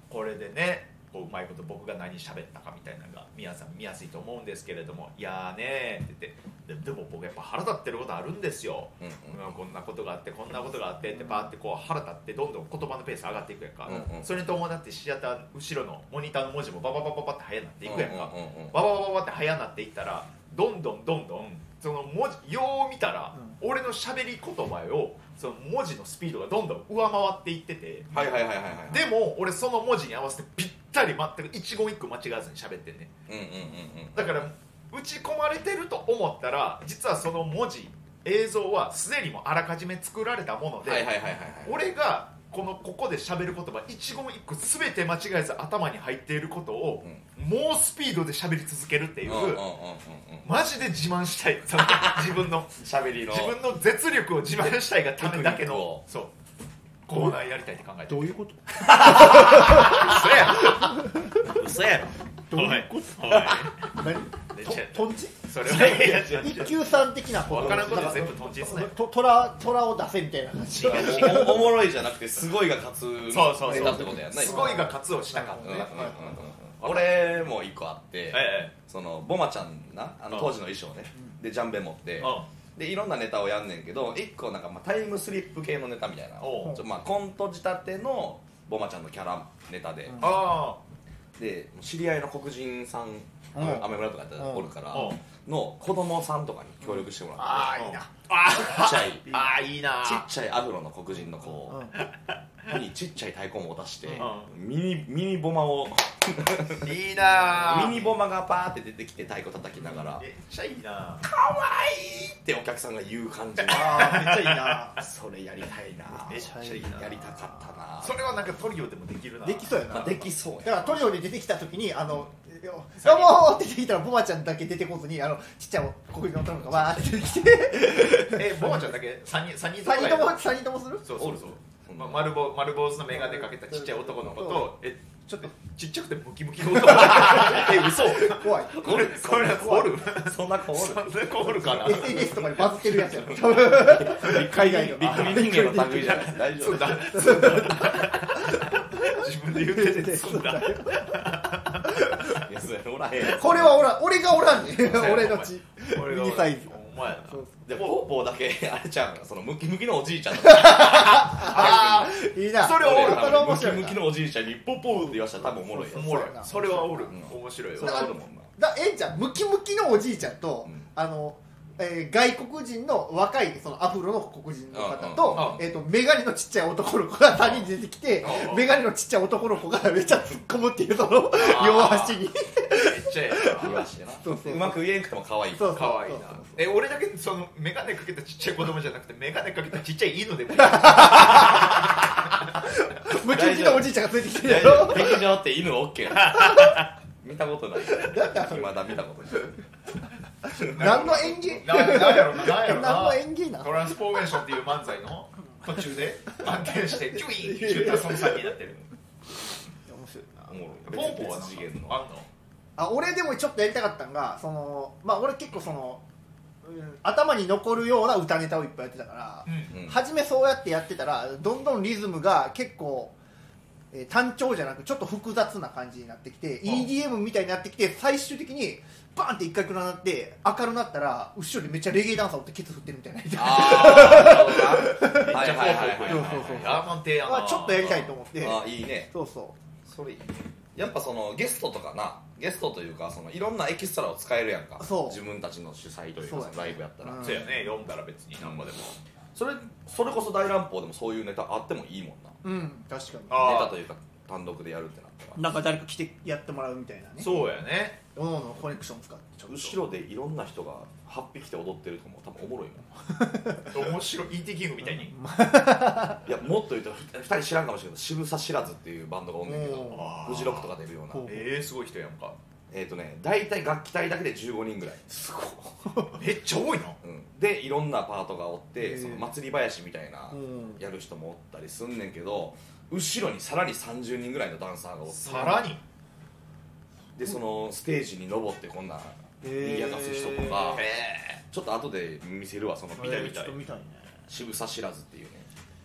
Speaker 3: これでねこううまいこと僕が何喋ったかみたいなのが皆さん見やすいと思うんですけれども「いやーねー」って言ってででも僕やっぱ腹立ってることあるんですよ、
Speaker 1: うんうん
Speaker 3: うんこんなことがあってこんなことがあってってバーってこう腹立ってどんどん言葉のペース上がっていくやんか、
Speaker 1: うんうん
Speaker 3: それに伴ってシアター後ろのモニターの文字もバババババって速なっていくやんか、
Speaker 1: うんうんうんうん
Speaker 3: バババババって速なっていったらどんどんどんどんその文字よう見たら、俺の喋り言葉をその文字のスピードがどんどん上回っていってて、
Speaker 1: はいはいはいはいはい
Speaker 3: でも俺その文字に合わせてぴったり全く一言一句間違わずに喋ってんね
Speaker 1: うんうんうんうん
Speaker 3: だから打ち込まれてると思ったら実はその文字映像はすでにもうあらかじめ作られたもので、
Speaker 1: はいはいはいはいはい
Speaker 3: 俺がこのここで喋る言葉一言一句全て間違えず頭に入っていることを、猛スピードで喋り続けるっていう、
Speaker 1: うんうんうんうん
Speaker 3: マジで自慢したいその自分の
Speaker 1: 喋りの
Speaker 3: 自分の絶力を自慢したいがためだけのそうコーナーやりたいって考えて
Speaker 4: ど
Speaker 3: る
Speaker 4: ういうこと
Speaker 3: それや
Speaker 1: 嘘やろ
Speaker 4: どういうこ
Speaker 3: おいおい
Speaker 2: 何
Speaker 3: めっちゃ
Speaker 2: ととんち
Speaker 3: それはいや違う違
Speaker 2: 一
Speaker 3: う
Speaker 2: 級さん的なこ
Speaker 3: 分
Speaker 2: と
Speaker 3: からんこと全部とんちんすね
Speaker 2: と虎虎を出せみたいな感じ
Speaker 1: おおもろいじゃなくてすごいが勝つ
Speaker 3: そうそう
Speaker 1: ネタってことやんな
Speaker 3: すごいが活動したかった
Speaker 1: うんうんうん
Speaker 3: ね
Speaker 1: うん俺も一個あって
Speaker 3: え
Speaker 1: そのボマちゃんなあの
Speaker 3: うん
Speaker 1: 当時の衣装ねでジャンベ持って
Speaker 3: えうん
Speaker 1: でいろんなネタをやんねんけど一個なんかまあタイムスリップ系のネタみたいな
Speaker 3: おう
Speaker 1: ちょまあコント仕立てのボマちゃんのキャラネタで、
Speaker 3: あ
Speaker 1: で知り合いの黒人さん、
Speaker 2: うん
Speaker 1: アメ村とかやったら
Speaker 2: うん
Speaker 1: おるから、
Speaker 3: う
Speaker 1: の子供さんとかに協力してもら
Speaker 3: あ
Speaker 1: っ
Speaker 3: あ
Speaker 1: て、
Speaker 3: いいな
Speaker 1: ちっ
Speaker 3: あ
Speaker 1: ちゃいちっちゃ
Speaker 3: ーあーいいな
Speaker 1: いアフロの黒人の子
Speaker 2: うん
Speaker 1: にちっちゃい太鼓を渡して、
Speaker 3: う
Speaker 1: ミニミニボマを
Speaker 3: いいな
Speaker 1: ミニボマがパーって出てきて太鼓叩きながら「
Speaker 3: めっちゃいいな
Speaker 1: ってお客さんが言う感じ
Speaker 2: ああめっちゃいいな
Speaker 1: それやりたいな
Speaker 3: めっちゃいいな
Speaker 1: やりたかったな
Speaker 3: それはなんかトリオでもできるな
Speaker 2: できそうやな
Speaker 1: まあできそう
Speaker 2: だか
Speaker 1: や
Speaker 2: らトリオで出てきた時にあの「どうも!」って出てきたらボマちゃんだけ出てこずにあのちっちゃい黒人の男の子がわーって出てきて
Speaker 3: えボマちゃんだけ三人三人
Speaker 2: 3人とも
Speaker 3: か
Speaker 2: 3人ともする
Speaker 3: そうそうそう
Speaker 1: おる
Speaker 3: ま丸坊丸坊主の眼鏡かけたちっちゃい男の子とえちょっとちっちゃくてムキムキの男 え嘘
Speaker 2: 怖い
Speaker 3: これこれおる
Speaker 1: そんな子おる
Speaker 3: そんな子おるかな
Speaker 2: SNS とかにバズってるやつやろ多分海外の
Speaker 1: びっくり人間の類じゃない大丈
Speaker 3: そう
Speaker 1: 夫
Speaker 3: だ自分で言っててそうだ
Speaker 1: いやそれおらへんやろ
Speaker 2: これはおらん俺がおらんね俺の血
Speaker 3: 俺が
Speaker 2: ミニサイズ
Speaker 3: お前やな
Speaker 2: そう
Speaker 1: でポーポーだけあれちゃうそのムキムキのおじいちゃんと
Speaker 2: ああいいな
Speaker 3: それおる
Speaker 2: それ面
Speaker 1: ムキ
Speaker 2: 白い
Speaker 1: ム
Speaker 2: な
Speaker 1: キのおじいちゃんにポーポーって言わしたら多分おもろいや
Speaker 3: お
Speaker 1: ん
Speaker 3: もろい
Speaker 2: そうやな
Speaker 3: それはおる
Speaker 1: うん
Speaker 3: 面白いよ
Speaker 1: それはおるもんな
Speaker 2: だえんちゃんムキムキのおじいちゃんと、
Speaker 1: うん
Speaker 2: あの、えー外国人の若いそのアフロの黒人の方
Speaker 3: うんうん
Speaker 2: と,、
Speaker 3: うん
Speaker 2: えー、とメガネのちっちゃい男の子が3人出てきて
Speaker 3: うんうん
Speaker 2: メガネのちっちゃい男の子がめっちゃ突っ込むっていうその
Speaker 3: ー
Speaker 2: 両足に
Speaker 3: めっちゃええ
Speaker 1: 言
Speaker 3: な
Speaker 1: わしてな
Speaker 2: そうそう
Speaker 1: うまく言えんくても可愛い
Speaker 2: そうそう
Speaker 3: 可愛いなえ俺だけその眼鏡かけたちっちゃい子供じゃなくて眼鏡かけたちっちゃい犬でもいい
Speaker 2: ムキムキのおじいちゃんがついてきてるや
Speaker 1: 大丈
Speaker 2: ろ
Speaker 1: 夫劇場って犬オッケー見たことないまだ見たことない
Speaker 2: 何の演技
Speaker 3: ななんやろななんやろな
Speaker 2: 何の演技な
Speaker 3: トランスフォーメーションっていう漫才の途中で安定して キュイーンって言ったらその先になってる
Speaker 1: おもろい
Speaker 3: ポンポンは
Speaker 1: 別
Speaker 3: 何
Speaker 1: 次元の
Speaker 3: あんの
Speaker 2: あ俺でもちょっとやりたかったんがその、まあ、俺結構その、うん頭に残るような歌ネタをいっぱいやってたから、
Speaker 3: うん
Speaker 1: うん
Speaker 2: 初めそうやってやってたらどんどんリズムが結構、えー単調じゃなくちょっと複雑な感じになってきて
Speaker 1: うん
Speaker 2: EDM みたいになってきて最終的にバーンって一回くらなって明るなったら後ろでめっちゃレゲエダンサーおってケツ振ってるみたいな
Speaker 1: ああなるほどなはいはいはい
Speaker 2: そう
Speaker 1: は
Speaker 2: そうそう
Speaker 1: い
Speaker 3: ラーマン亭や
Speaker 2: ま
Speaker 3: な
Speaker 2: あちょっとやりたいと思って
Speaker 1: ああいいね
Speaker 2: そうそ
Speaker 1: それいいねやっぱそのゲストとかなゲストというかそのいろんなエキストラを使えるやんか
Speaker 2: そう
Speaker 1: 自分たちの主催というか
Speaker 2: そうや
Speaker 1: そのライブやったら、
Speaker 2: うん
Speaker 3: そうやね読んだら別に何ぼでも
Speaker 1: それそれこそ大乱暴でもそういうネタあってもいいもんな
Speaker 2: ううん確かに
Speaker 3: あー
Speaker 1: ネタというか単独でやるってなっ
Speaker 2: なんか誰か来てやってもらうみたいなね
Speaker 3: そうやね
Speaker 2: おのおのコネクション使ってちょっと
Speaker 1: 後ろでいろんな人が8匹で踊ってると思う多分おもろいもん
Speaker 3: 面白い ET キングみたいに
Speaker 1: いやもっと言うと2人知らんかもしれない渋沢知らずっていうバンドがおんねんけど
Speaker 2: お
Speaker 3: ー
Speaker 1: フジロックとか出るような
Speaker 2: ほう
Speaker 3: えー、すごい人やんか
Speaker 1: えっ、とね大体楽器隊だけで15人ぐらい、
Speaker 2: すごい
Speaker 3: めっちゃ多いな
Speaker 1: うん、でいろんなパートがおっ
Speaker 2: へ
Speaker 1: て
Speaker 2: ー
Speaker 1: その祭り林みたいな
Speaker 2: うん
Speaker 1: やる人もおったりすんねんけど後ろにさらに30人ぐらいのダンサーがおって
Speaker 3: さらに
Speaker 1: でそのステージに登ってこんなんにやかす人とかちょっと後で見せるわその
Speaker 2: 見
Speaker 1: 見
Speaker 2: た
Speaker 1: た
Speaker 2: い
Speaker 1: い
Speaker 2: 見
Speaker 1: 見たい
Speaker 2: たいちょっと見たいね
Speaker 1: 渋沢知らずっていうね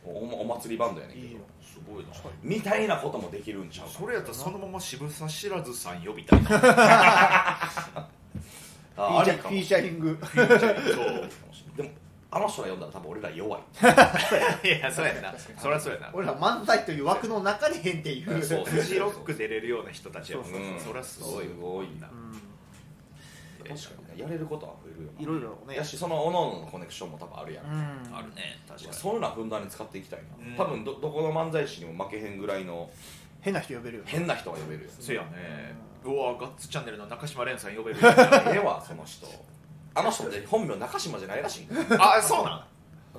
Speaker 1: おお祭りバンドやねんけ
Speaker 2: いい
Speaker 1: ど
Speaker 2: よ
Speaker 3: すごいな
Speaker 1: みたいなこともできるんちゃうか
Speaker 3: それやったらそのまま渋沢知らずさん呼びたいな
Speaker 2: フ
Speaker 1: ああ
Speaker 2: ィーチ
Speaker 1: り
Speaker 2: ャ
Speaker 1: か
Speaker 2: フ
Speaker 1: も
Speaker 2: ィーチャリング
Speaker 3: そう
Speaker 1: でもあの人が読んだら多分俺ら弱い
Speaker 3: いやそうやんなそりゃそうやな
Speaker 2: 俺ら漫才という枠の中に変っていう
Speaker 1: そうそう
Speaker 3: フジロック出れるような人たちやもん
Speaker 1: そうそうそう
Speaker 3: そりゃすごい
Speaker 1: すごいな
Speaker 2: う
Speaker 1: 確かにねやれることは増えるよ
Speaker 2: んいろいろ
Speaker 1: な
Speaker 2: ね
Speaker 1: やしそのおのおののコネクションも多分あるやん
Speaker 2: うん
Speaker 3: あるね確かに
Speaker 1: そういうのはふんだんに使っていきたいな、
Speaker 3: うん
Speaker 1: 多分どどこの漫才師にも負けへんぐらいの
Speaker 2: 変な人呼べるよね
Speaker 1: 変な人が呼べるよ
Speaker 3: そうやねうわガッツチャンネルの中島蓮さん呼べる
Speaker 1: ええわその人あの人って本名中島じゃないらしいんだよ
Speaker 3: あそうなん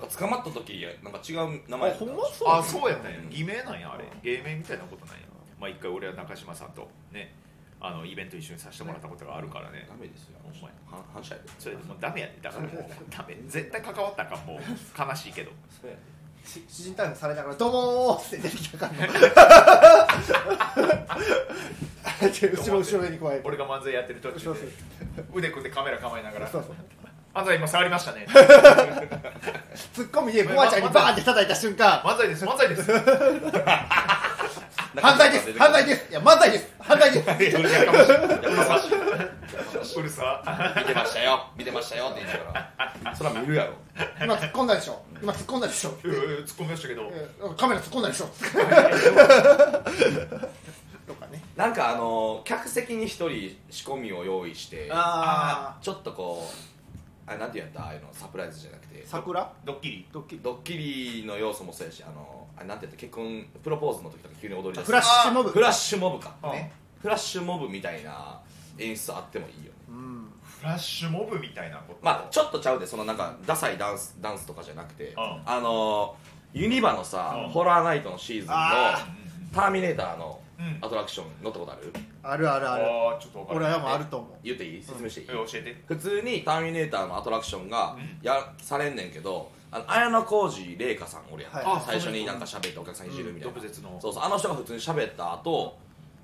Speaker 1: なんか捕まった時なんか違う名前
Speaker 2: あ
Speaker 1: だった
Speaker 2: ほんまそう
Speaker 3: あそうやったんや
Speaker 1: うん
Speaker 3: 偽名なんやあれ芸名みたいなことなんやまあ一回俺は中島さんとねあのイベント一緒にさせてもらったことがあるからね
Speaker 1: ダメですよ
Speaker 3: ほんまや
Speaker 1: 反反射やで
Speaker 3: それでもうダメやねだからもうダメ絶対関わったらあかんもう悲しいけど
Speaker 1: そうやで
Speaker 2: し詩人逮捕されたから「どうもー!」って出てきたから後ろ後ろに加えて
Speaker 3: 俺が漫才やってる途中で
Speaker 2: そう
Speaker 3: 腕組んでカメラ構えながら
Speaker 2: そうそう
Speaker 3: 漫才今触りましたね
Speaker 2: ツッコミでコアちゃんにバーンって叩いた瞬間
Speaker 3: 漫才です漫才 です
Speaker 2: 犯罪です犯罪ですいや漫才です犯罪です
Speaker 3: うるさいかもしれないう
Speaker 1: るさい
Speaker 3: るさ
Speaker 1: 見てましたよ見てましたよって言いなが らそれは見るやろ
Speaker 2: 今突っ込んだでしょ今突っ込んだでしょ
Speaker 3: うー突っ込みましたけど
Speaker 2: えーカメラ突っ込んだでしょとかね
Speaker 1: なんかあの客席に一人仕込みを用意して
Speaker 2: あ
Speaker 1: ちょっとこうあれなんてやったああいうのサプライズじゃなくて
Speaker 2: 桜
Speaker 3: ドッキリ
Speaker 2: ドッキリ
Speaker 1: ドッキリの要素もそうやしあのあれなんてやった結婚プロポーズの時とか急に踊り出す
Speaker 2: フラッシュモブ
Speaker 1: フラッシュモブか、
Speaker 3: うん
Speaker 2: ね
Speaker 1: フラッシュモブみたいな演出あってもいいよね
Speaker 2: うん
Speaker 3: フラッシュモブみたいなこと
Speaker 1: まあちょっとちゃうでそのなんかダサいダンスダンスとかじゃなくて、
Speaker 3: ん
Speaker 1: あのユニバのさ、
Speaker 3: うん
Speaker 1: ホラーナイトのシーズンの
Speaker 2: あ
Speaker 1: 「ターミネーター」の
Speaker 3: うん
Speaker 1: アトラクション乗ったことある
Speaker 2: あるあるある
Speaker 3: あーちょっとわから
Speaker 2: 俺
Speaker 3: ない
Speaker 2: はもうあると思う
Speaker 1: 言っていい説明していい、
Speaker 3: え教えて
Speaker 1: 普通に「ターミネーター」のアトラクションが
Speaker 3: うん
Speaker 1: やされんねんけどあの綾小路麗華さんおるやん、
Speaker 2: はい
Speaker 1: 最初になんか喋ってお客さんいじるみたいな、
Speaker 3: 毒舌の
Speaker 1: そうそうあの人が普通に喋った後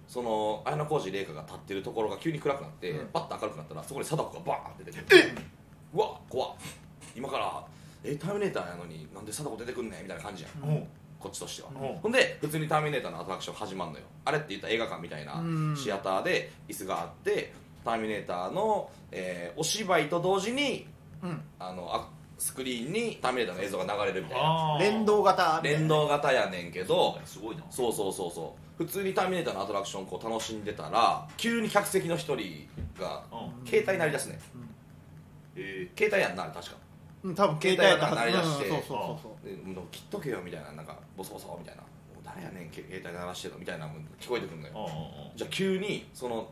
Speaker 1: その綾小路麗華が立ってるところが急に暗くなって、
Speaker 2: うん
Speaker 1: パッと明るくなったらそこに貞子がバーンって出てくるうわ怖っ今からえターミネーターやのになんで貞子出てくんねんみたいな感じやん
Speaker 3: うん
Speaker 1: こっちとしては、
Speaker 3: うん
Speaker 1: ほんで普通に「ターミネーター」のアトラクション始まるのよあれって言ったら映画館みたいな
Speaker 2: うん
Speaker 1: シアターで椅子があって「ターミネーターの」えーお芝居と同時に
Speaker 2: うん
Speaker 1: あのあスクリーンに「ターミネーター」の映像が流れるみたいな
Speaker 3: あー
Speaker 2: 連動型
Speaker 1: 連動型やねんけど
Speaker 3: すごいな
Speaker 1: そうそうそうそう普通に「ターミネーター」のアトラクションこう楽しんでたら急に客席の一人が
Speaker 3: うん
Speaker 1: 携帯鳴り出すねん
Speaker 3: え
Speaker 1: 携帯やんなあれ確か
Speaker 2: うん多分携帯やった
Speaker 1: 携帯やったら鳴り出して
Speaker 2: うんそうそうそう
Speaker 1: でもう切っとけよみたいななんかボソボソみたいなもう誰やねんけ携帯鳴らしてるのみたいなの聞こえてくるの
Speaker 3: ー
Speaker 1: よ
Speaker 3: あ
Speaker 1: じゃあ急にその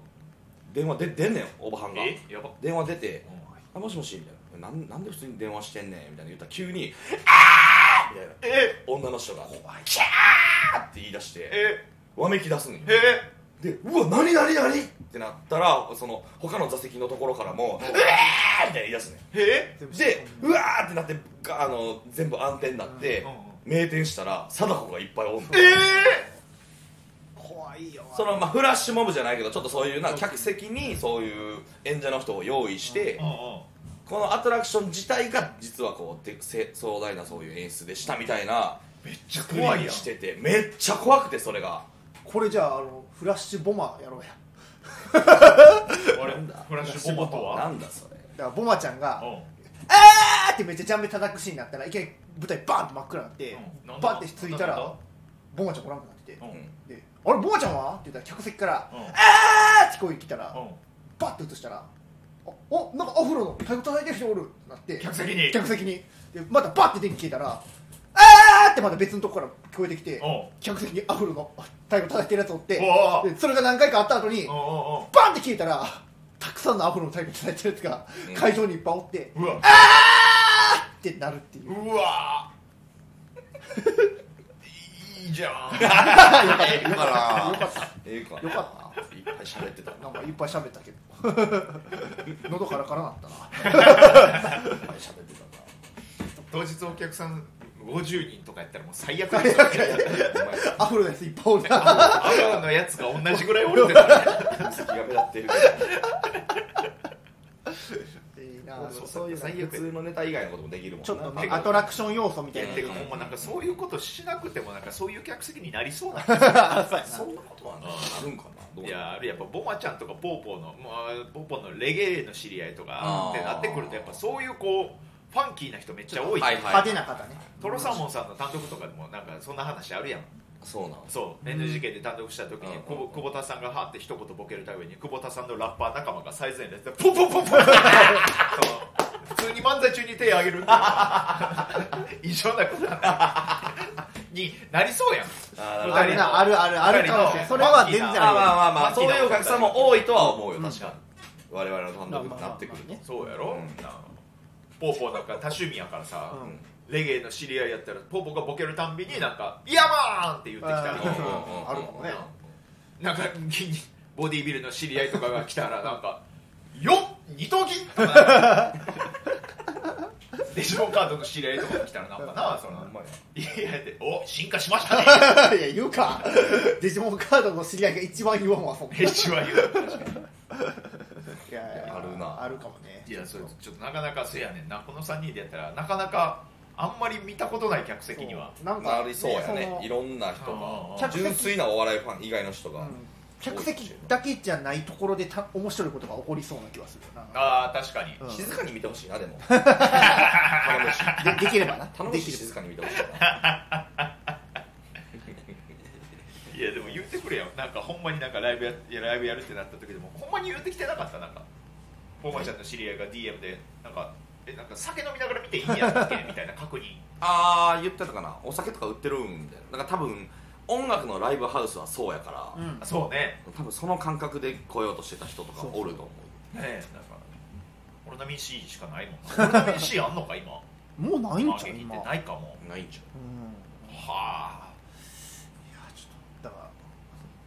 Speaker 1: 電話で出んねんおばはん
Speaker 3: ー
Speaker 1: が
Speaker 3: えやば
Speaker 1: 電話出て「あもしもし」みたいななん「なんで普通に電話してんねん」みたいな言ったら急 に「あーみたいな
Speaker 3: え
Speaker 1: 女の人が「キャー!」って言い出して
Speaker 3: え
Speaker 1: わめき出すのよ
Speaker 3: え
Speaker 1: で「うわ何何何?」ってなったらその他の座席のところからも「うわー!」みたいな言い出すね
Speaker 3: え
Speaker 2: 全部
Speaker 1: で「うわー!」ってなってがあの全部暗転になって
Speaker 3: うんうん
Speaker 1: 名店したら貞子がいっぱいおんの
Speaker 3: え
Speaker 2: 怖いよ
Speaker 1: そのまあフラッシュモブじゃないけどちょっとそういうな客席にそういう演者の人を用意して
Speaker 3: うんうん
Speaker 1: このアトラクション自体が実はこうでせ壮大なそういう演出でしたみたいな
Speaker 3: めっちゃ
Speaker 1: 怖
Speaker 3: 怖い
Speaker 1: い
Speaker 3: やん
Speaker 1: しててめっちゃ怖くてそれが
Speaker 2: これじゃああのフラッシュボマーやろうや
Speaker 3: あれフラッシュボマと
Speaker 1: な
Speaker 3: は
Speaker 1: んだそれ
Speaker 2: だからボマちゃんが
Speaker 3: うん
Speaker 2: あーってめっちゃジャンベ叩くシーンになったらいきなり舞台バーンって真っ暗になって、
Speaker 3: うんなんだ
Speaker 2: バーンってついた
Speaker 3: なん
Speaker 2: ら
Speaker 3: だ
Speaker 2: ボマちゃんおらんくなってて、
Speaker 3: うん
Speaker 1: うん
Speaker 2: で「あれボマちゃんは?」って言ったら客席から「
Speaker 3: うん
Speaker 2: あー!」って声来たら、
Speaker 3: うん
Speaker 2: バッて映したら「あおなんかアフロの太鼓叩いてる人おる」ってなって
Speaker 3: 客席に
Speaker 2: 客席にでまたバッて電気消えたらあーってまた別のとこから聞こえてきて
Speaker 3: おう
Speaker 2: 客席にアフロの太鼓叩いてるやつおって
Speaker 3: おう
Speaker 2: でそれが何回かあった後に
Speaker 3: おうお
Speaker 2: バンって消えたらたくさんのアフロの太鼓叩いてるやつが
Speaker 1: うん
Speaker 2: 会場にいっぱいおって、
Speaker 3: うおううわ
Speaker 2: ってなるっていう
Speaker 3: うわいいじゃん
Speaker 1: ええからよかったええか
Speaker 2: よかっ
Speaker 1: いっぱい喋ってた
Speaker 2: たななんかいっぱい喋ったけど 喉からからなったな
Speaker 1: っ
Speaker 2: い
Speaker 1: ぱい喋って
Speaker 3: 当日お客さん50人とかやったらもう最悪ですよね
Speaker 1: たなお前
Speaker 2: アフロのやついっぱいおるな
Speaker 3: アフロのやつが同じぐらい折れてたら
Speaker 1: 席が目立ってる
Speaker 2: いい
Speaker 1: け
Speaker 2: な
Speaker 1: ど
Speaker 3: そう
Speaker 1: そういう
Speaker 3: 最悪
Speaker 1: 普通のネタ以外のこともできるもんな
Speaker 2: ちょっとね
Speaker 3: 結構
Speaker 2: アトラクション要素みたいな
Speaker 1: うん
Speaker 3: てかほんまなんかそういうことしなくてもなんかそういう客席になりそうな
Speaker 1: そんなことはななるんかなどう
Speaker 3: い
Speaker 1: なの
Speaker 3: やあれやっぱボマちゃんとかポーポーの、まあ、ポーポーのレゲエの知り合いとか
Speaker 1: あー
Speaker 3: ってなってくるとやっぱそういうこうファンキーな人めっちゃ多いじゃ
Speaker 1: はいは
Speaker 3: ん
Speaker 1: い
Speaker 2: 派手な方ね
Speaker 3: トロサーモンさんの単独とかでもなんかそんな話あるやん
Speaker 1: そうなの
Speaker 3: そう NGK で単独した時に
Speaker 1: うん
Speaker 3: 久保久保田さんがはって一言ボケるために久保田さんのラッパー仲間が最前列でポンポンポンポンそう普通に漫才中に手上げるっていう異常なことなんだになりそうやん
Speaker 1: あー
Speaker 3: 二人
Speaker 2: あるなあるあるあるかもしれないそれは全然
Speaker 1: まあ
Speaker 2: あ
Speaker 1: まあまあまあそういうお客さんも多いとは思うよ確かに我々の単
Speaker 2: るよ
Speaker 1: 独になってくると
Speaker 3: そうやろ、
Speaker 1: うん
Speaker 3: なあポーポーなんか多趣味やからさ、
Speaker 2: うん
Speaker 3: レゲエの知り合いやったらポーポーがボケるたんびになんか「イヤマーン!」って言ってきたら、
Speaker 1: うんうんうん
Speaker 2: あるかもね
Speaker 3: なんかボディービルの知り合いとかが来たらなんか「よっ二頭筋!」とか デジモンカードの知り合いとかが来たらなんかなその
Speaker 1: ほんまや
Speaker 3: 「いやでお進化しましたね
Speaker 2: いや言うかデジモンカードの知り合いが一番言わんわそん」な
Speaker 3: ヘッジは言う
Speaker 2: いやいや
Speaker 1: あるな
Speaker 2: あるかもね
Speaker 3: いやそれちょっとなかなかそうやねんなこの3人でやったらなかなかあんまり見たことない客席には
Speaker 2: なん
Speaker 1: まあ
Speaker 2: か
Speaker 1: ありそうやねい
Speaker 2: そ
Speaker 1: ろ
Speaker 2: の
Speaker 1: んな人
Speaker 3: あ
Speaker 1: が
Speaker 2: ー
Speaker 1: 純粋なお笑いファン以外の人
Speaker 2: う
Speaker 1: が
Speaker 2: ん客席だけじゃないところでた面白いことが起こりそうな気はするよな
Speaker 3: ああ確かに、
Speaker 2: うん
Speaker 1: 静かに見てほしいな でも
Speaker 2: 頼むしでできれ ばな
Speaker 1: 楽
Speaker 2: で
Speaker 1: しい
Speaker 2: きれ
Speaker 1: 静かに見てほしいない
Speaker 3: やでも言ってくれよなんかほんまになんかライブやいやライブやるってなった時でもほんまに言ってきてなかったなんかポーマちゃんの知り合いが DM でなんかえなんか酒飲みながら見ていいん やったっけみたいな確認
Speaker 1: あー言ってたかなお酒とか売ってるんみたいなだから多分音楽のライブハウスはそうやか
Speaker 2: ば
Speaker 1: ら
Speaker 2: な
Speaker 3: あそうね
Speaker 1: 多分その感覚で来ようとしてた人とかおると思
Speaker 3: ねえなんかオロナミン C しかないもんなオロナミン C あんのか今
Speaker 2: うんもうないんちゃう
Speaker 3: 現金っ
Speaker 2: 今
Speaker 3: て
Speaker 2: うん
Speaker 3: ないかも
Speaker 1: うないんちゃう
Speaker 3: はあ
Speaker 2: だか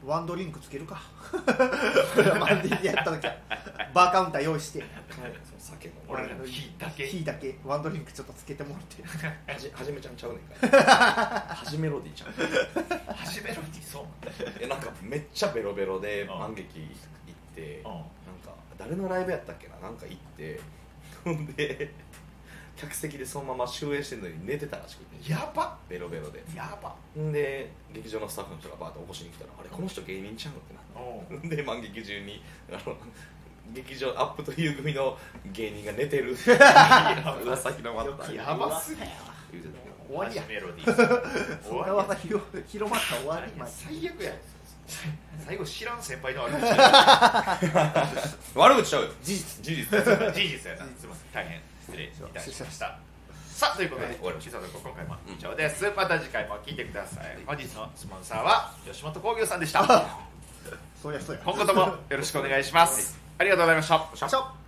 Speaker 2: らワンドリンクつけるか マンディでやった時は バーカウンター用意して
Speaker 1: その酒も
Speaker 3: 俺らの日だけ
Speaker 2: 火だけワンドリンクちょっとつけてもらって
Speaker 1: はじはじめちゃんちゃうねんから はじめロディちゃうねん
Speaker 3: 初めの日そう
Speaker 1: えなんかめっちゃベロベロで
Speaker 3: うん
Speaker 1: 万劇行って
Speaker 3: な
Speaker 1: なんん
Speaker 3: だ
Speaker 1: か誰のライブやったっけななんか行って ほんで客席でそのまま終演してるのに寝てたらしく
Speaker 3: うん
Speaker 1: て
Speaker 3: やば
Speaker 1: ベロベロで
Speaker 3: やば
Speaker 1: んで劇場のスタッフの人がバーッと起こしに来たらあれこの人芸人ちゃうのってなって
Speaker 3: お
Speaker 1: ほんで万劇中にあの劇場アップという組の芸人が寝 てる噂広まった
Speaker 3: やばすぎる
Speaker 1: 言うてたけど
Speaker 2: 終わりや
Speaker 3: メロディ ー
Speaker 2: そんな技広広まったら終わりまで
Speaker 3: 最悪や最後知らん先輩の悪口
Speaker 1: 悪口ちゃうよ
Speaker 2: 事実
Speaker 1: 事実
Speaker 3: 事実やなすみません大変失礼いたしましたさあということで、
Speaker 1: はい
Speaker 3: 終わりました今回も以上です、また次回も聞いてください本日のスポンサーは吉本興業さんでした
Speaker 2: そうやそうや
Speaker 3: 今後ともよろしくお願いします、ありがとうございました
Speaker 2: よいしょ